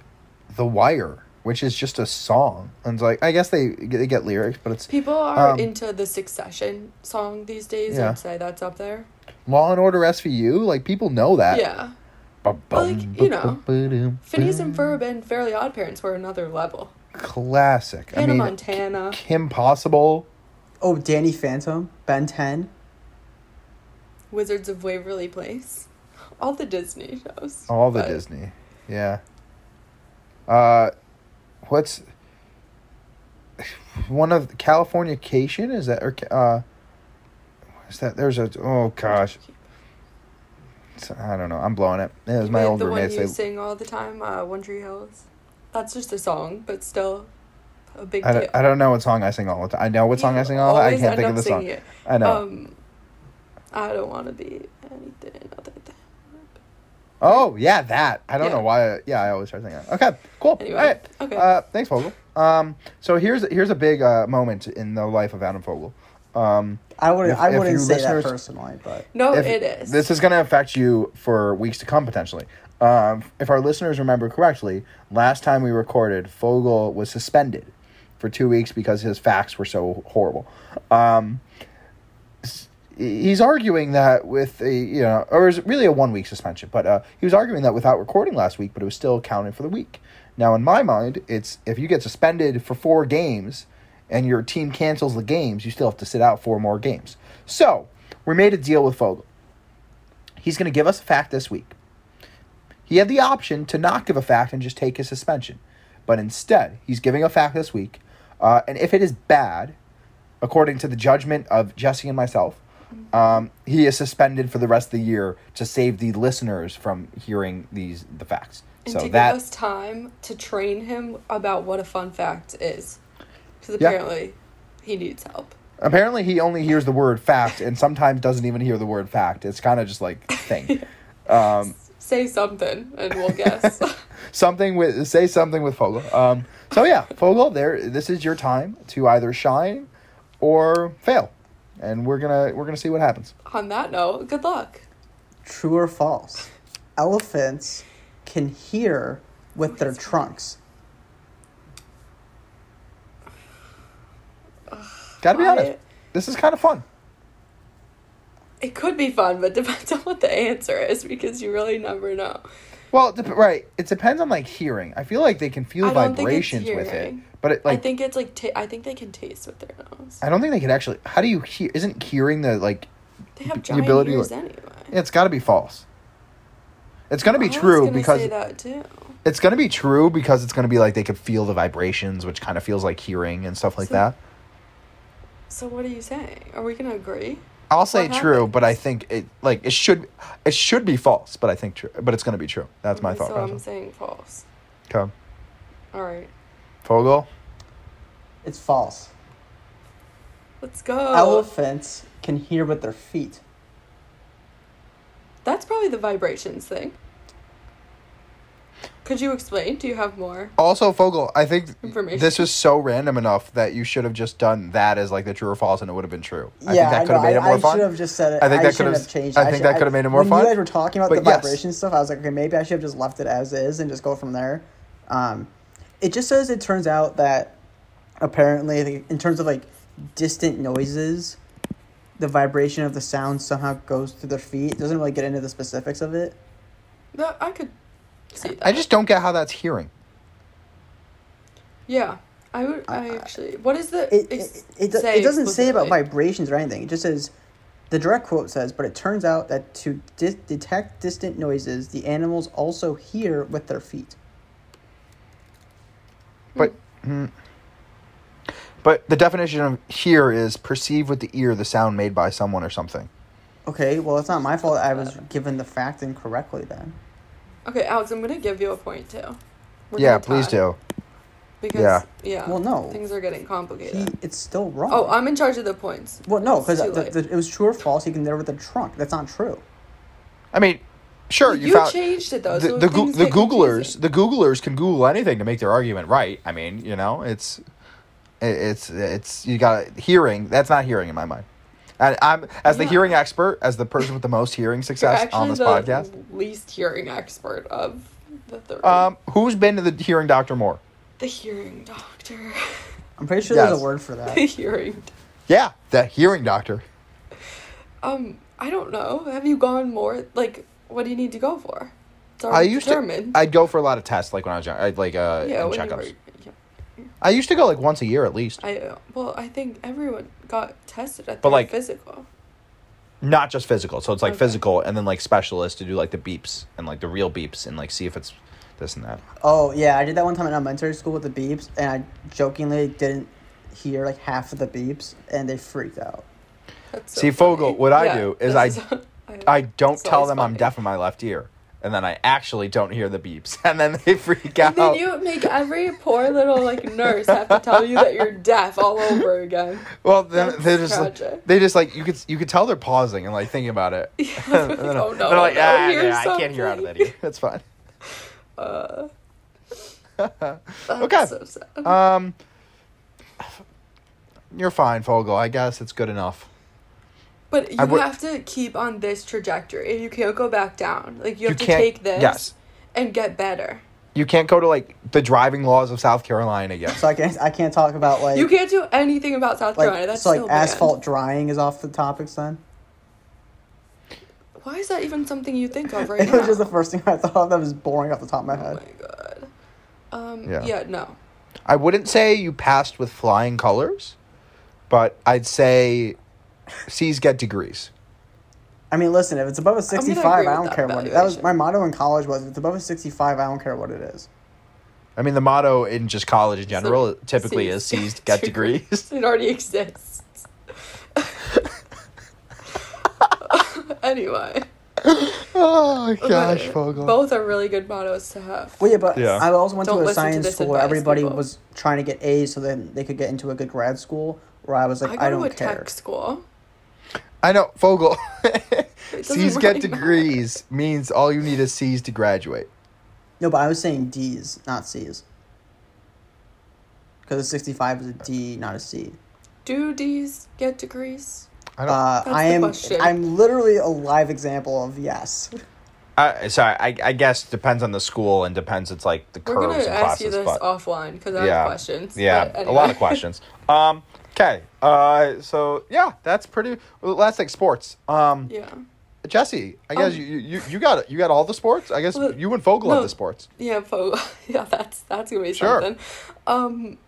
Speaker 1: The Wire, which is just a song. And it's like I guess they they get lyrics, but it's
Speaker 2: People are
Speaker 1: Um,
Speaker 2: into the Succession song these days.
Speaker 1: Yeah.
Speaker 2: I'd say that's up there.
Speaker 1: Law and Order SVU, like people know that.
Speaker 2: yeah,
Speaker 1: Ba-
Speaker 2: Like,
Speaker 1: bum,
Speaker 2: you
Speaker 1: ba-
Speaker 2: know,
Speaker 1: ba- ba-dum,
Speaker 2: Phineas and
Speaker 1: ba-dum.
Speaker 2: Ferb and Fairly Odd Parents were another level.
Speaker 1: Classic. I
Speaker 2: Hannah
Speaker 1: mean,
Speaker 2: Montana.
Speaker 1: Kim Possible.
Speaker 3: Oh, Danny Phantom, Ben Ten.
Speaker 2: Wizards of Waverly Place, all the Disney shows.
Speaker 1: All the
Speaker 2: but-
Speaker 1: Disney. Yeah. Uh what's one of California Cation is that or uh is that there's a oh gosh. It's- I don't know. I'm blowing it. It was my
Speaker 2: Wait,
Speaker 1: old
Speaker 2: the
Speaker 1: roommates.
Speaker 2: one you
Speaker 1: They,
Speaker 2: sing all the time, uh, One Tree Hills. That's just a song, but still a big
Speaker 1: I,
Speaker 2: deal.
Speaker 1: don't, I don't know what song I sing all the time. I know what song I
Speaker 2: You
Speaker 1: sing all the time. I
Speaker 2: always
Speaker 1: can't
Speaker 2: end
Speaker 1: think of
Speaker 2: up
Speaker 1: the song.
Speaker 2: singing it.
Speaker 1: I know.
Speaker 2: Um, I don't want to be anything other than.
Speaker 1: oh yeah, that. I don't
Speaker 2: yeah.
Speaker 1: know why. Yeah, I always start singing. that. Okay, cool.
Speaker 2: Anyway,
Speaker 1: all right.
Speaker 2: okay.
Speaker 1: Uh, thanks, Fogel. Um, so here's here's a big uh, moment in the life of Adam Fogel. Um,
Speaker 3: I would
Speaker 1: If-
Speaker 3: I
Speaker 1: if you
Speaker 3: wouldn't say
Speaker 1: listeners-
Speaker 3: that personally, but
Speaker 2: No,
Speaker 1: if-
Speaker 2: Oh, it is.
Speaker 1: This is going to affect you for weeks to come potentially. Um, if our listeners remember correctly, last time we recorded, Fogel was suspended for two weeks because his facts were so horrible. Um, s- he's arguing that with a you know, or is really a one week suspension, but uh, he was arguing that without recording last week, but it was still counting for the week. Now, in my mind, it's if you get suspended for four games and your team cancels the games, you still have to sit out four more games. So we made a deal with Fogel. He's going to give us a fact this week. He had the option to not give a fact and just take his suspension, but instead, he's giving a fact this week. Uh, and if it is bad, according to the judgment of Jesse and myself, um, he is suspended for the rest of the year to save the listeners from hearing these the facts.
Speaker 2: and
Speaker 1: so
Speaker 2: to
Speaker 1: that
Speaker 2: give us time to train him about what a fun fact is, because
Speaker 1: Yeah.
Speaker 2: apparently he needs help.
Speaker 1: Apparently, he only hears the word fact and sometimes doesn't even hear the word fact. It's kind of just like thing. um,
Speaker 2: Say something, and we'll guess.
Speaker 1: something with say something with Fogel. Um, so yeah, Fogel, there. This is your time to either shine or fail, and we're gonna we're gonna see what happens.
Speaker 2: On that note, good luck.
Speaker 3: true or false? Elephants can hear with their trunks.
Speaker 1: Gotta be
Speaker 2: I-
Speaker 1: honest. This is kind of fun.
Speaker 2: It could be fun, but depends on what the answer is because you really never know.
Speaker 1: Well, it dep- right. It depends on like hearing. I feel like they can feel
Speaker 2: I don't think it's
Speaker 1: vibrations with it,
Speaker 2: hearing.
Speaker 1: but it, like
Speaker 2: I think it's like ta- I think they can taste with their nose.
Speaker 1: I don't think they could actually. How do you hear? Isn't hearing the like?
Speaker 2: They have
Speaker 1: the
Speaker 2: giant
Speaker 1: ability to-
Speaker 2: ears anyway.
Speaker 1: It's got to be false. It's gonna be
Speaker 2: I was
Speaker 1: true
Speaker 2: gonna
Speaker 1: because
Speaker 2: say that too.
Speaker 1: it's gonna be true because it's gonna be like they could feel the vibrations, which kind of feels like hearing and stuff like
Speaker 2: So-
Speaker 1: that.
Speaker 2: So what are you saying? Are we gonna agree?
Speaker 1: I'll say
Speaker 2: What
Speaker 1: true, but I
Speaker 2: happens?
Speaker 1: think it like it should it should be false, but I think true, but it's gonna be true. That's my
Speaker 2: Okay,
Speaker 1: thought
Speaker 2: So um, I'm
Speaker 1: process.
Speaker 2: saying false.
Speaker 1: Come,
Speaker 2: All right,
Speaker 1: Fogel.
Speaker 3: It's false.
Speaker 2: let's go.
Speaker 3: Elephants can hear with their feet.
Speaker 2: That's probably the vibrations thing. Could you explain? Do you have more?
Speaker 1: Also, Fogel, I think
Speaker 2: Information.
Speaker 1: this was so random enough that you should have just done that as like the true or false, and it would have been true. I think
Speaker 3: yeah,
Speaker 1: that
Speaker 3: I
Speaker 1: could have
Speaker 3: know.
Speaker 1: made it
Speaker 3: I,
Speaker 1: more
Speaker 3: I
Speaker 1: fun.
Speaker 3: should have just said it.
Speaker 1: I think that
Speaker 3: should
Speaker 1: could've-
Speaker 3: have changed.
Speaker 1: I
Speaker 3: it.
Speaker 1: think
Speaker 3: should-
Speaker 1: that could've made it more
Speaker 3: when
Speaker 1: fun,
Speaker 3: you guys were talking about
Speaker 1: but
Speaker 3: the
Speaker 1: yes.
Speaker 3: vibration stuff, I was like, okay, maybe I should have just left it as is and just go from there. Um, it just says it turns out that apparently, the- in terms of like distant noises, the vibration of the sound somehow goes through their feet. It doesn't really get into the specifics of it.
Speaker 2: No, I could see that.
Speaker 1: I just don't get how that's hearing.
Speaker 2: yeah. I would. I actually. What is the?
Speaker 3: Uh, it,
Speaker 2: ex-
Speaker 3: it, it, do-
Speaker 2: say
Speaker 3: it doesn't say about
Speaker 2: explicitly?
Speaker 3: vibrations or anything. It just says, the direct quote says, but it turns out that to dis- detect distant noises, the animals also hear with their feet.
Speaker 2: Hmm.
Speaker 1: But mm. but the definition of hear is perceive with the ear the sound made by someone or something.
Speaker 3: Okay, well, it's not my fault I was given the fact incorrectly then.
Speaker 2: Okay, Alex, I'm gonna give you a point too. We're
Speaker 1: yeah,
Speaker 2: gonna
Speaker 1: please
Speaker 2: tie,
Speaker 1: do.
Speaker 2: Because
Speaker 1: Yeah.
Speaker 2: yeah.
Speaker 3: Well, no.
Speaker 2: Things are getting
Speaker 3: He,
Speaker 2: complicated.
Speaker 3: it's still wrong.
Speaker 2: Oh, I'm in charge of the points.
Speaker 3: well, no, because
Speaker 2: It's too late.
Speaker 3: it was true or false. He can there with the trunk. That's not true.
Speaker 1: I mean, sure, you,
Speaker 2: you
Speaker 1: found
Speaker 2: changed it though.
Speaker 1: the
Speaker 2: so
Speaker 1: the, Goo-
Speaker 2: things
Speaker 1: the
Speaker 2: get
Speaker 1: Googlers
Speaker 2: confusing.
Speaker 1: the Googlers can Google anything to make their argument right. I mean, you know, it's it- it's it's you got hearing. That's not hearing in my mind. And I'm as the
Speaker 2: Yeah.
Speaker 1: hearing expert, as the person with the most hearing success on this
Speaker 2: the
Speaker 1: podcast.
Speaker 2: least hearing expert of the three.
Speaker 1: Um, who's been to the hearing doctor more?
Speaker 2: the hearing doctor.
Speaker 3: I'm pretty sure there's
Speaker 1: Yes.
Speaker 3: a word for
Speaker 2: the
Speaker 3: that.
Speaker 2: hearing. d-
Speaker 1: Yeah, the hearing doctor.
Speaker 2: Um, I don't know. Have you gone more? Like, what do you need to go for? It's
Speaker 1: I
Speaker 2: already
Speaker 1: used
Speaker 2: determined.
Speaker 1: to. I'd go for a lot of tests, like when I was young, I'd like uh,
Speaker 2: yeah,
Speaker 1: and
Speaker 2: when you
Speaker 1: checkups.
Speaker 2: were, yeah.
Speaker 1: I used to go like once a year at least,
Speaker 2: I uh, well, I think everyone got tested at
Speaker 1: But,
Speaker 2: their
Speaker 1: like-
Speaker 2: physical.
Speaker 1: not just physical. So it's like
Speaker 2: Okay.
Speaker 1: physical, and then like specialists to do like the beeps and like the real beeps and like see if it's this and that.
Speaker 3: Oh yeah, I did that one time in elementary school with the beeps, and I jokingly didn't hear like half of the beeps, and they freaked out.
Speaker 2: That's so
Speaker 1: See, Fogel,
Speaker 2: funny.
Speaker 1: what I
Speaker 2: Yeah,
Speaker 1: do
Speaker 2: this
Speaker 1: is I- I don't
Speaker 2: it's
Speaker 1: tell
Speaker 2: always
Speaker 1: them I'm
Speaker 2: funny.
Speaker 1: deaf in my left ear, and then I actually don't hear the beeps, and then they freak
Speaker 2: And then
Speaker 1: out.
Speaker 2: you make every poor little like nurse have to tell you that you're deaf all over again.
Speaker 1: well, then
Speaker 2: That's
Speaker 1: they just like,
Speaker 2: tragic.
Speaker 1: they just like you could you could tell they're pausing and like thinking about it.
Speaker 2: Yeah,
Speaker 1: And then
Speaker 2: like, oh
Speaker 1: I'm-
Speaker 2: no,
Speaker 1: they're like,
Speaker 2: no,
Speaker 1: "Ah,
Speaker 2: here's
Speaker 1: yeah, I can't hear out of that
Speaker 2: something."
Speaker 1: ear. That's fine.
Speaker 2: Uh, that's
Speaker 1: Okay.
Speaker 2: so sad.
Speaker 1: Um, you're fine, Fogel. I guess it's good enough.
Speaker 2: but you
Speaker 1: I would-
Speaker 2: have to keep on this trajectory. You can't go back down. Like you have to
Speaker 1: can't-
Speaker 2: take this
Speaker 1: Yes,
Speaker 2: and get better.
Speaker 1: you can't go to like the driving laws of South Carolina again.
Speaker 3: So I can't I can't talk about like
Speaker 2: you can't do anything about South
Speaker 3: like
Speaker 2: Carolina. That's
Speaker 3: so like
Speaker 2: still banned.
Speaker 3: asphalt drying is off the topics then.
Speaker 2: Why is that even something you think of right
Speaker 3: It
Speaker 2: now?
Speaker 3: was just the first thing I thought of that was boring off the top of my
Speaker 2: oh
Speaker 3: head.
Speaker 2: my god. Um,
Speaker 1: Yeah.
Speaker 2: yeah. no.
Speaker 1: I wouldn't say you passed with flying colors, but I'd say C's get degrees.
Speaker 3: I mean, listen, if it's above a
Speaker 2: gonna agree
Speaker 3: 65, I
Speaker 2: with
Speaker 3: don't
Speaker 2: that
Speaker 3: care what it That was
Speaker 2: evaluation.
Speaker 3: my motto in college was if it's above a 65, I don't care what it is.
Speaker 1: I mean, the motto in just college in
Speaker 2: So
Speaker 1: general typically
Speaker 2: C's
Speaker 1: is C's get degrees.
Speaker 2: It already exists. anyway.
Speaker 1: oh gosh,
Speaker 2: But
Speaker 1: Fogel.
Speaker 2: Both are really good mottos to have.
Speaker 3: Well, yeah, but
Speaker 1: Yeah.
Speaker 3: I also went
Speaker 2: Don't
Speaker 3: to a
Speaker 2: listen to
Speaker 3: science
Speaker 2: this
Speaker 3: school where
Speaker 2: advice,
Speaker 3: everybody
Speaker 2: people.
Speaker 3: was trying to get A's so then they could get into a good grad school. Where I was
Speaker 2: I
Speaker 3: like,
Speaker 2: go
Speaker 3: I,
Speaker 2: to a
Speaker 3: don't care.
Speaker 2: tech school.
Speaker 1: I know, Fogel.
Speaker 2: doesn't
Speaker 1: C's get
Speaker 2: really matter.
Speaker 1: degrees means all you need is C's to graduate.
Speaker 3: No, but I was saying D's, not C's. Because a 65 is a D, not a C.
Speaker 2: Do D's get degrees?
Speaker 1: I don't.
Speaker 3: Uh,
Speaker 2: That's
Speaker 3: I
Speaker 2: the
Speaker 3: am.
Speaker 2: question.
Speaker 3: I'm literally a live example of yes.
Speaker 1: I, sorry, I, I guess depends on the school and depends. It's like the
Speaker 2: We're gonna
Speaker 1: curves
Speaker 2: ask
Speaker 1: and classes,
Speaker 2: you this
Speaker 1: but
Speaker 2: offline because I
Speaker 1: yeah,
Speaker 2: have questions.
Speaker 1: yeah,
Speaker 2: but
Speaker 1: a lot of
Speaker 2: anyway.
Speaker 1: questions. Um, okay, uh, so yeah, that's pretty. Well, that's like sports. Um,
Speaker 2: yeah,
Speaker 1: Jesse, I guess
Speaker 2: Um,
Speaker 1: you, you you got you got all the sports. I guess
Speaker 2: Well,
Speaker 1: you and Fogel
Speaker 2: no.
Speaker 1: have the sports.
Speaker 2: yeah, fo- yeah. That's that's gonna be
Speaker 1: Sure.
Speaker 2: something. Um,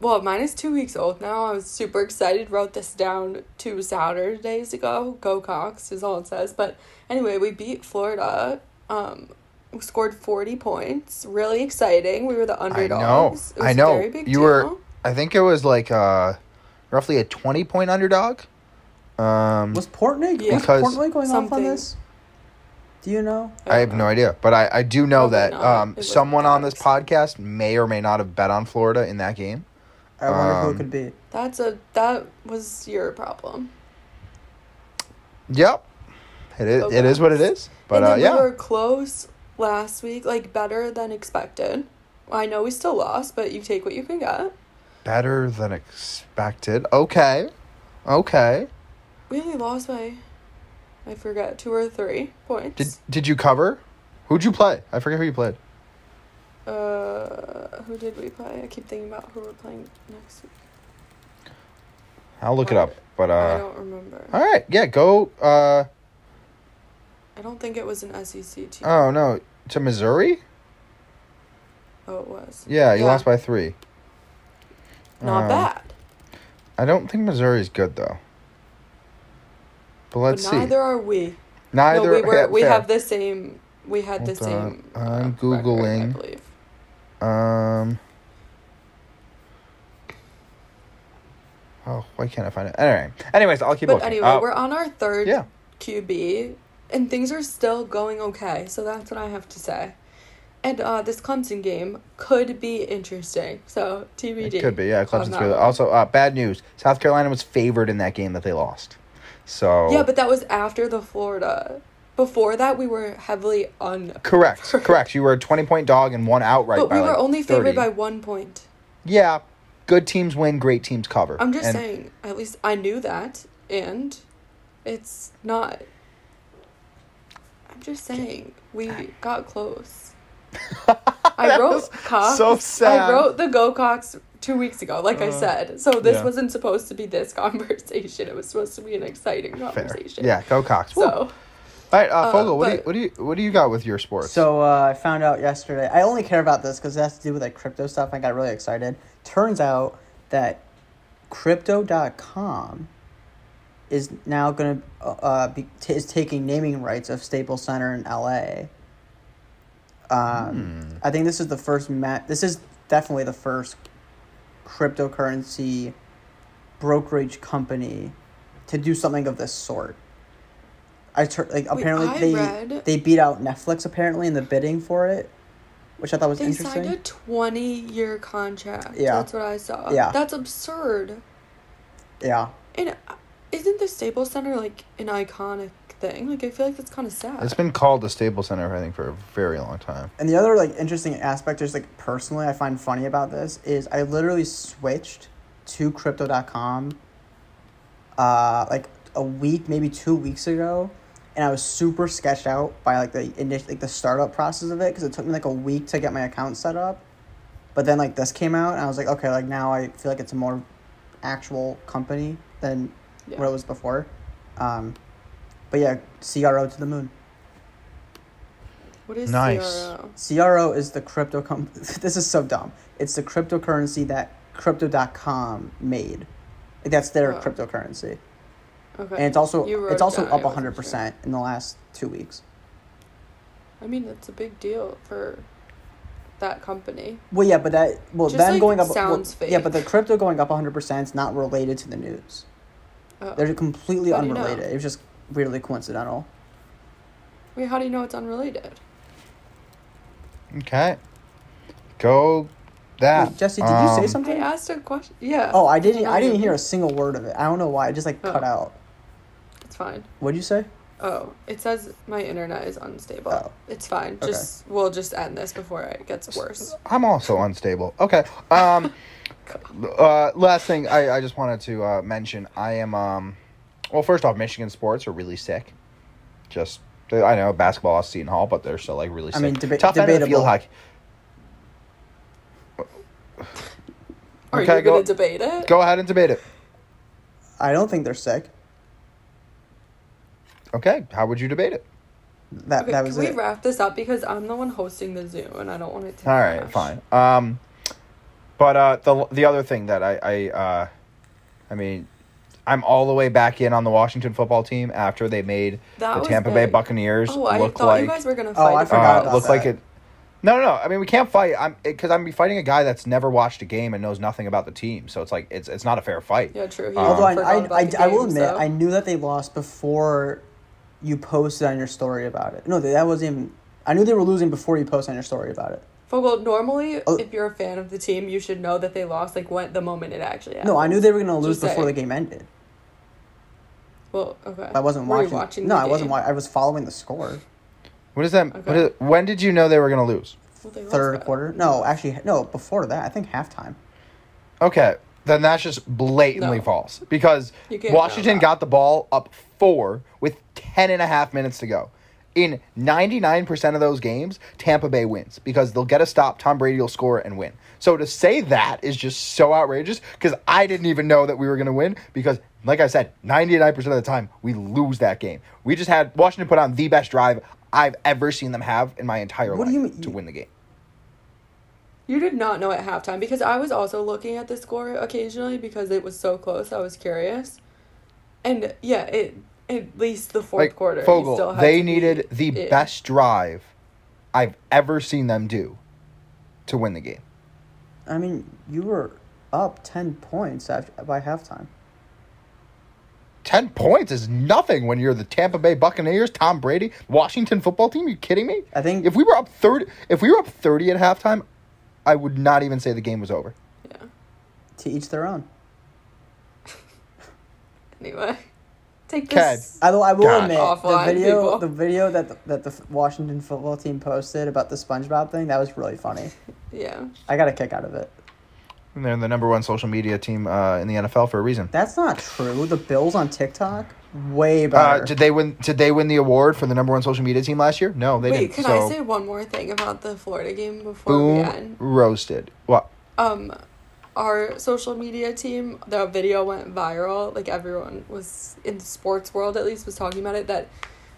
Speaker 2: well, mine is two weeks old now. I was super excited. Wrote this down two Saturdays ago. Go Cox is all it says. But anyway, we beat Florida. Um, we scored forty points. Really exciting. We were the
Speaker 1: I know,
Speaker 2: underdogs. It was
Speaker 1: I
Speaker 2: a
Speaker 1: know.
Speaker 2: very big
Speaker 1: you were.
Speaker 2: deal.
Speaker 1: I think it was like uh, roughly a twenty point underdog. Um,
Speaker 3: Was Portnoy?
Speaker 2: Yeah.
Speaker 3: Was
Speaker 1: Because-
Speaker 3: Portnoy going off on
Speaker 2: Something.
Speaker 3: this? Do you know?
Speaker 1: I have
Speaker 2: don't
Speaker 1: no
Speaker 2: know.
Speaker 1: idea, but I, I do know
Speaker 2: Probably
Speaker 1: that
Speaker 2: not. It
Speaker 1: um,
Speaker 2: was
Speaker 1: someone on this
Speaker 2: Ducks.
Speaker 1: podcast may or may not have bet on Florida in that game.
Speaker 3: I wonder who
Speaker 1: Um,
Speaker 3: it could be.
Speaker 2: That's a that was your problem.
Speaker 1: Yep, it is. It
Speaker 2: Okay.
Speaker 1: is what it is. But
Speaker 2: and
Speaker 1: uh,
Speaker 2: then
Speaker 1: yeah,
Speaker 2: we were close last week, like better than expected. I know we still lost, but you take what you can get.
Speaker 1: better than expected. Okay, okay.
Speaker 2: We only lost by, I forgot, two or three
Speaker 1: Did
Speaker 2: points.
Speaker 1: did you cover? Who'd you play? I forget who you played.
Speaker 2: uh, who did we play? I keep thinking about who we're playing next week.
Speaker 1: I'll look it up. But
Speaker 2: I
Speaker 1: uh,
Speaker 2: don't remember.
Speaker 1: all right, yeah, go. Uh,
Speaker 2: I don't think it was an SEC team.
Speaker 1: oh no, to Missouri.
Speaker 2: oh, it was.
Speaker 1: Yeah, you
Speaker 2: Yeah.
Speaker 1: lost by three.
Speaker 2: Not
Speaker 1: Um,
Speaker 2: bad.
Speaker 1: I don't think Missouri's good though. But
Speaker 2: But
Speaker 1: let's see.
Speaker 2: neither are we.
Speaker 1: Neither.
Speaker 2: no, we were.
Speaker 1: yeah,
Speaker 2: we
Speaker 1: fair.
Speaker 2: have the same. We had the
Speaker 1: Hold on.
Speaker 2: same.
Speaker 1: I'm
Speaker 2: record,
Speaker 1: Googling.
Speaker 2: I believe.
Speaker 1: Um. Oh, why can't I find it? Anyway, anyways, I'll keep
Speaker 2: but
Speaker 1: looking.
Speaker 2: anyway,
Speaker 1: Uh,
Speaker 2: we're on our third
Speaker 1: yeah.
Speaker 2: QB, and things are still going okay. So that's what I have to say. And uh, this Clemson game could be interesting. So TBD.
Speaker 1: It could be, yeah. Clemson's
Speaker 2: that
Speaker 1: really
Speaker 2: one.
Speaker 1: also uh, bad news. South Carolina was favored in that game that they lost. So
Speaker 2: Yeah, but that was after the Florida. Before that, we were heavily un.
Speaker 1: correct, correct. You were a twenty point dog and one outright.
Speaker 2: but
Speaker 1: by
Speaker 2: we were
Speaker 1: like
Speaker 2: only favored
Speaker 1: 30.
Speaker 2: by one point.
Speaker 1: Yeah, good teams win, great teams cover.
Speaker 2: I'm just
Speaker 1: And
Speaker 2: saying. At least I knew that, and It's not. I'm just saying, we got close. I
Speaker 1: That
Speaker 2: wrote
Speaker 1: was
Speaker 2: Cox.
Speaker 1: so sad.
Speaker 2: I wrote the Go Cox two weeks ago, like I
Speaker 1: Uh,
Speaker 2: said. So this
Speaker 1: yeah.
Speaker 2: wasn't supposed to be this conversation. It was supposed to be an exciting
Speaker 1: Fair.
Speaker 2: conversation.
Speaker 1: Yeah, go Cox. Woo. All
Speaker 2: So
Speaker 1: right, uh, Fogel, what,
Speaker 2: but-
Speaker 1: do you, what do you what do you got with your sports?
Speaker 3: So uh, I found out yesterday. I only care about this because it has to do with like crypto stuff. I got really excited. Turns out that crypto.com is now going to uh, be, t- is taking naming rights of Staples Center in LA. Um, I think this is the first ma- this is definitely the first cryptocurrency brokerage company to do something of this sort. I tur- like apparently
Speaker 2: I
Speaker 3: they
Speaker 2: read-
Speaker 3: they beat out Netflix apparently in the bidding for it, which I thought was
Speaker 2: they
Speaker 3: interesting.
Speaker 2: signed a 20 year contract.
Speaker 3: Yeah.
Speaker 2: That's what I saw.
Speaker 3: Yeah.
Speaker 2: That's absurd.
Speaker 3: yeah,
Speaker 2: And uh, isn't the Staples Center like an iconic thing? Like I feel like that's kind of sad.
Speaker 1: it's been called the Staples Center, I think, for a very long time.
Speaker 3: and the other like interesting aspect, just like personally, I find funny about this is I literally switched to crypto.com, uh, like a week, maybe two weeks ago, and I was super sketched out by like the initial like the startup process of it because it took me like a week to get my account set up, but then like this came out and I was like, okay, like now I feel like it's a more actual company than
Speaker 2: Yeah.
Speaker 3: what it was before. Um, but yeah, CRO to the moon.
Speaker 2: What is
Speaker 1: Nice.
Speaker 2: CRO?
Speaker 3: CRO is the crypto com- this is so dumb. It's the cryptocurrency that crypto.com made. Like, that's their
Speaker 2: Oh.
Speaker 3: cryptocurrency.
Speaker 2: Okay.
Speaker 3: And it's also
Speaker 2: You wrote
Speaker 3: it's
Speaker 2: it
Speaker 3: also
Speaker 2: down, I
Speaker 3: up
Speaker 2: wasn't
Speaker 3: 100% in the last 2 weeks.
Speaker 2: sure. I mean, that's a big deal for that company.
Speaker 3: Well, yeah, but that well
Speaker 2: Just,
Speaker 3: them
Speaker 2: like,
Speaker 3: going up well,
Speaker 2: sounds
Speaker 3: Yeah, but the
Speaker 2: fake.
Speaker 3: crypto going up 100% is not related to the news.
Speaker 2: Oh.
Speaker 3: They're completely
Speaker 2: How do you know? Uh,
Speaker 3: unrelated. It was just weirdly coincidental.
Speaker 2: Wait, how do you know it's unrelated?
Speaker 1: Okay. Go that.
Speaker 3: Wait, Jesse, did you say
Speaker 1: Um,
Speaker 3: something?
Speaker 2: I asked a question. Yeah.
Speaker 3: Oh, I didn't
Speaker 2: Did
Speaker 3: I didn't
Speaker 2: you-
Speaker 3: hear a single word of it. I don't know why. It just like cut
Speaker 2: Oh.
Speaker 3: out.
Speaker 2: It's fine.
Speaker 3: What'd you say?
Speaker 2: Oh, it says my internet is unstable.
Speaker 3: Oh.
Speaker 2: It's fine. Just we'll just end this before it gets worse.
Speaker 1: I'm also unstable. Okay. Um, uh, last thing I, I just wanted to uh, mention I am, um, well, first off, Michigan sports are really sick. Just, they- I know basketball is Seton Hall, but they're still like really
Speaker 3: I
Speaker 1: sick.
Speaker 3: mean, deba-
Speaker 1: Tough end of the field
Speaker 3: debatable.
Speaker 1: hockey.
Speaker 2: Are
Speaker 1: Okay,
Speaker 2: you
Speaker 1: go-
Speaker 2: gonna debate it?
Speaker 1: Go ahead and debate it.
Speaker 3: I don't think they're sick.
Speaker 1: Okay. How would you debate it?
Speaker 3: That
Speaker 2: Okay,
Speaker 3: that was
Speaker 2: can
Speaker 3: it.
Speaker 2: we wrap this up because I'm the one hosting the Zoom and I don't want it to.
Speaker 1: All right, fine. Um, but uh, the the other thing that I I uh, I mean, I'm all the way back in on the Washington football team after they made
Speaker 2: That
Speaker 1: the
Speaker 2: was
Speaker 1: Tampa Bay
Speaker 2: big.
Speaker 1: Buccaneers
Speaker 2: Oh, I
Speaker 1: look
Speaker 2: thought
Speaker 1: like
Speaker 2: you guys were gonna
Speaker 3: Oh,
Speaker 2: fight.
Speaker 3: I
Speaker 2: about
Speaker 3: forgot
Speaker 1: uh,
Speaker 2: this.
Speaker 3: about
Speaker 1: look
Speaker 3: that.
Speaker 1: like it. No, no, no. I mean, we can't fight. I'm because I'm fighting a guy that's never watched a game and knows nothing about the team. So it's like it's it's not a fair fight.
Speaker 2: Yeah, true. He
Speaker 3: Although I,
Speaker 2: forgot
Speaker 3: I,
Speaker 2: about
Speaker 3: I,
Speaker 2: the
Speaker 3: I will
Speaker 2: game,
Speaker 3: admit,
Speaker 2: so-
Speaker 3: I knew that they lost before you posted on your story about it. No, that that wasn't even. I knew they were losing before you posted on your story about it.
Speaker 2: Fogel, normally,
Speaker 3: Oh.
Speaker 2: if you're a fan of the team, you should know that they lost, like, when, the moment it actually happened.
Speaker 3: No, I knew they were going to lose
Speaker 2: Just
Speaker 3: before the
Speaker 2: saying.
Speaker 3: game ended.
Speaker 2: Well, okay.
Speaker 3: I wasn't
Speaker 2: Were you
Speaker 3: watching. no,
Speaker 2: the
Speaker 3: I wasn't
Speaker 2: game?
Speaker 3: watching. I was following the score.
Speaker 1: What is that? what
Speaker 2: Okay.
Speaker 1: is- when did you know they were gonna lose?
Speaker 2: Well, they lost
Speaker 3: Third
Speaker 2: that.
Speaker 3: quarter? No, actually, no, before that. I think halftime.
Speaker 1: Okay, then that's just blatantly
Speaker 2: No.
Speaker 1: false because
Speaker 2: You can't
Speaker 1: Washington
Speaker 2: know that.
Speaker 1: got the ball up four with 10 and a half minutes to go. In 99% of those games, Tampa Bay wins because they'll get a stop, Tom Brady will score and win. So to say that is just so outrageous because I didn't even know that we were going to win because, like I said, 99% of the time we lose that game. We just had Washington put on the best drive I've ever seen them have in my entire
Speaker 3: What
Speaker 1: life
Speaker 3: do you mean-
Speaker 1: to win the game.
Speaker 2: You did not know at halftime because I was also looking at the score occasionally because it was so close. I was curious. And yeah, it at least the fourth
Speaker 1: like
Speaker 2: quarter. you
Speaker 1: Fogle,
Speaker 2: still had
Speaker 1: they
Speaker 2: to be
Speaker 1: needed the
Speaker 2: in.
Speaker 1: best drive I've ever seen them do to win the game.
Speaker 3: I mean, you were up 10 points after, by halftime.
Speaker 1: Ten points is nothing when you're the Tampa Bay Buccaneers, Tom Brady, Washington football team. you kidding me?
Speaker 3: I think-
Speaker 1: if we were up thirty, if we were up thirty at halftime, I would not even say the game was over.
Speaker 2: Yeah.
Speaker 3: To each their own.
Speaker 2: Anyway, take
Speaker 1: Okay.
Speaker 2: this.
Speaker 3: Although I will
Speaker 1: God.
Speaker 3: admit,
Speaker 2: Offline
Speaker 3: the video,
Speaker 2: people.
Speaker 3: the video that the, that the Washington football team posted about the SpongeBob thing, that was really funny.
Speaker 2: Yeah.
Speaker 3: I got a kick out of it.
Speaker 1: And they're the number one social media team uh, in the NFL for a reason.
Speaker 3: That's not true. The Bills on TikTok, way
Speaker 1: Uh,
Speaker 3: better.
Speaker 1: did they win? Did they win the award for the number one social media team last year? No, they
Speaker 2: Wait,
Speaker 1: didn't.
Speaker 2: can
Speaker 1: so
Speaker 2: I say one more thing about the Florida game before we
Speaker 1: boom,
Speaker 2: end?
Speaker 1: roasted. What?
Speaker 2: Um, our social media team, the video went viral. Like everyone was in the sports world, at least, was talking about it. That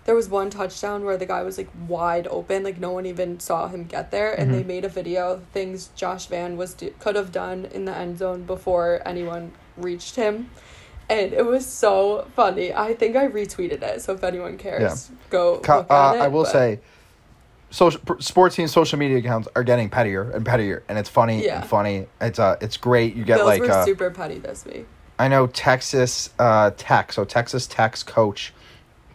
Speaker 2: there was one touchdown where the guy was like wide open, like no one even saw him get there, and
Speaker 1: Mm-hmm.
Speaker 2: they made a video of things Josh Van was do- could have done in the end zone before anyone reached him. And it was so funny. I think I retweeted it. So if anyone cares, go.
Speaker 1: Co-
Speaker 2: look
Speaker 1: uh,
Speaker 2: at it,
Speaker 1: I will
Speaker 2: but-
Speaker 1: say, social pr- sports teams' social media accounts are getting pettier and pettier, and it's funny
Speaker 2: Yeah.
Speaker 1: and funny. It's uh, it's great. You get
Speaker 2: Bills
Speaker 1: like
Speaker 2: were
Speaker 1: uh,
Speaker 2: super petty this week.
Speaker 1: I know Texas uh, Tech, so Texas Tech's coach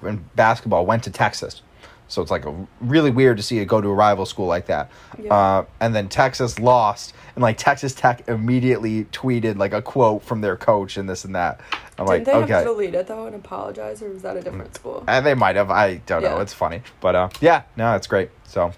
Speaker 1: in basketball went to Texas. So it's like a, really weird to see it go to a rival school like that.
Speaker 2: Yeah.
Speaker 1: Uh, and then Texas lost, and like Texas Tech immediately tweeted like a quote from their coach and this and that. I'm
Speaker 2: Didn't
Speaker 1: like,
Speaker 2: they
Speaker 1: okay.
Speaker 2: have to delete it though and apologize, or was that a different school?
Speaker 1: Uh, they might have. I don't know.
Speaker 2: Yeah.
Speaker 1: It's funny, but uh, yeah, no, it's great. So, all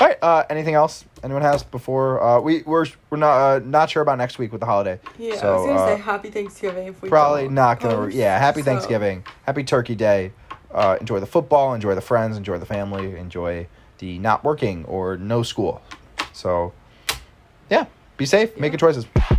Speaker 1: right. Uh, anything else anyone has before uh, we we're we're not uh, not sure about next week with the holiday.
Speaker 2: Yeah,
Speaker 1: So,
Speaker 2: I was gonna
Speaker 1: uh,
Speaker 2: say Happy Thanksgiving. If we
Speaker 1: probably
Speaker 2: don't.
Speaker 1: not gonna.
Speaker 2: Um,
Speaker 1: yeah, happy
Speaker 2: so-
Speaker 1: Thanksgiving, happy Turkey Day. Uh, enjoy the football, enjoy the friends, enjoy the family, enjoy the not working or no school. So, yeah, be safe, make
Speaker 2: Yeah.
Speaker 1: good choices.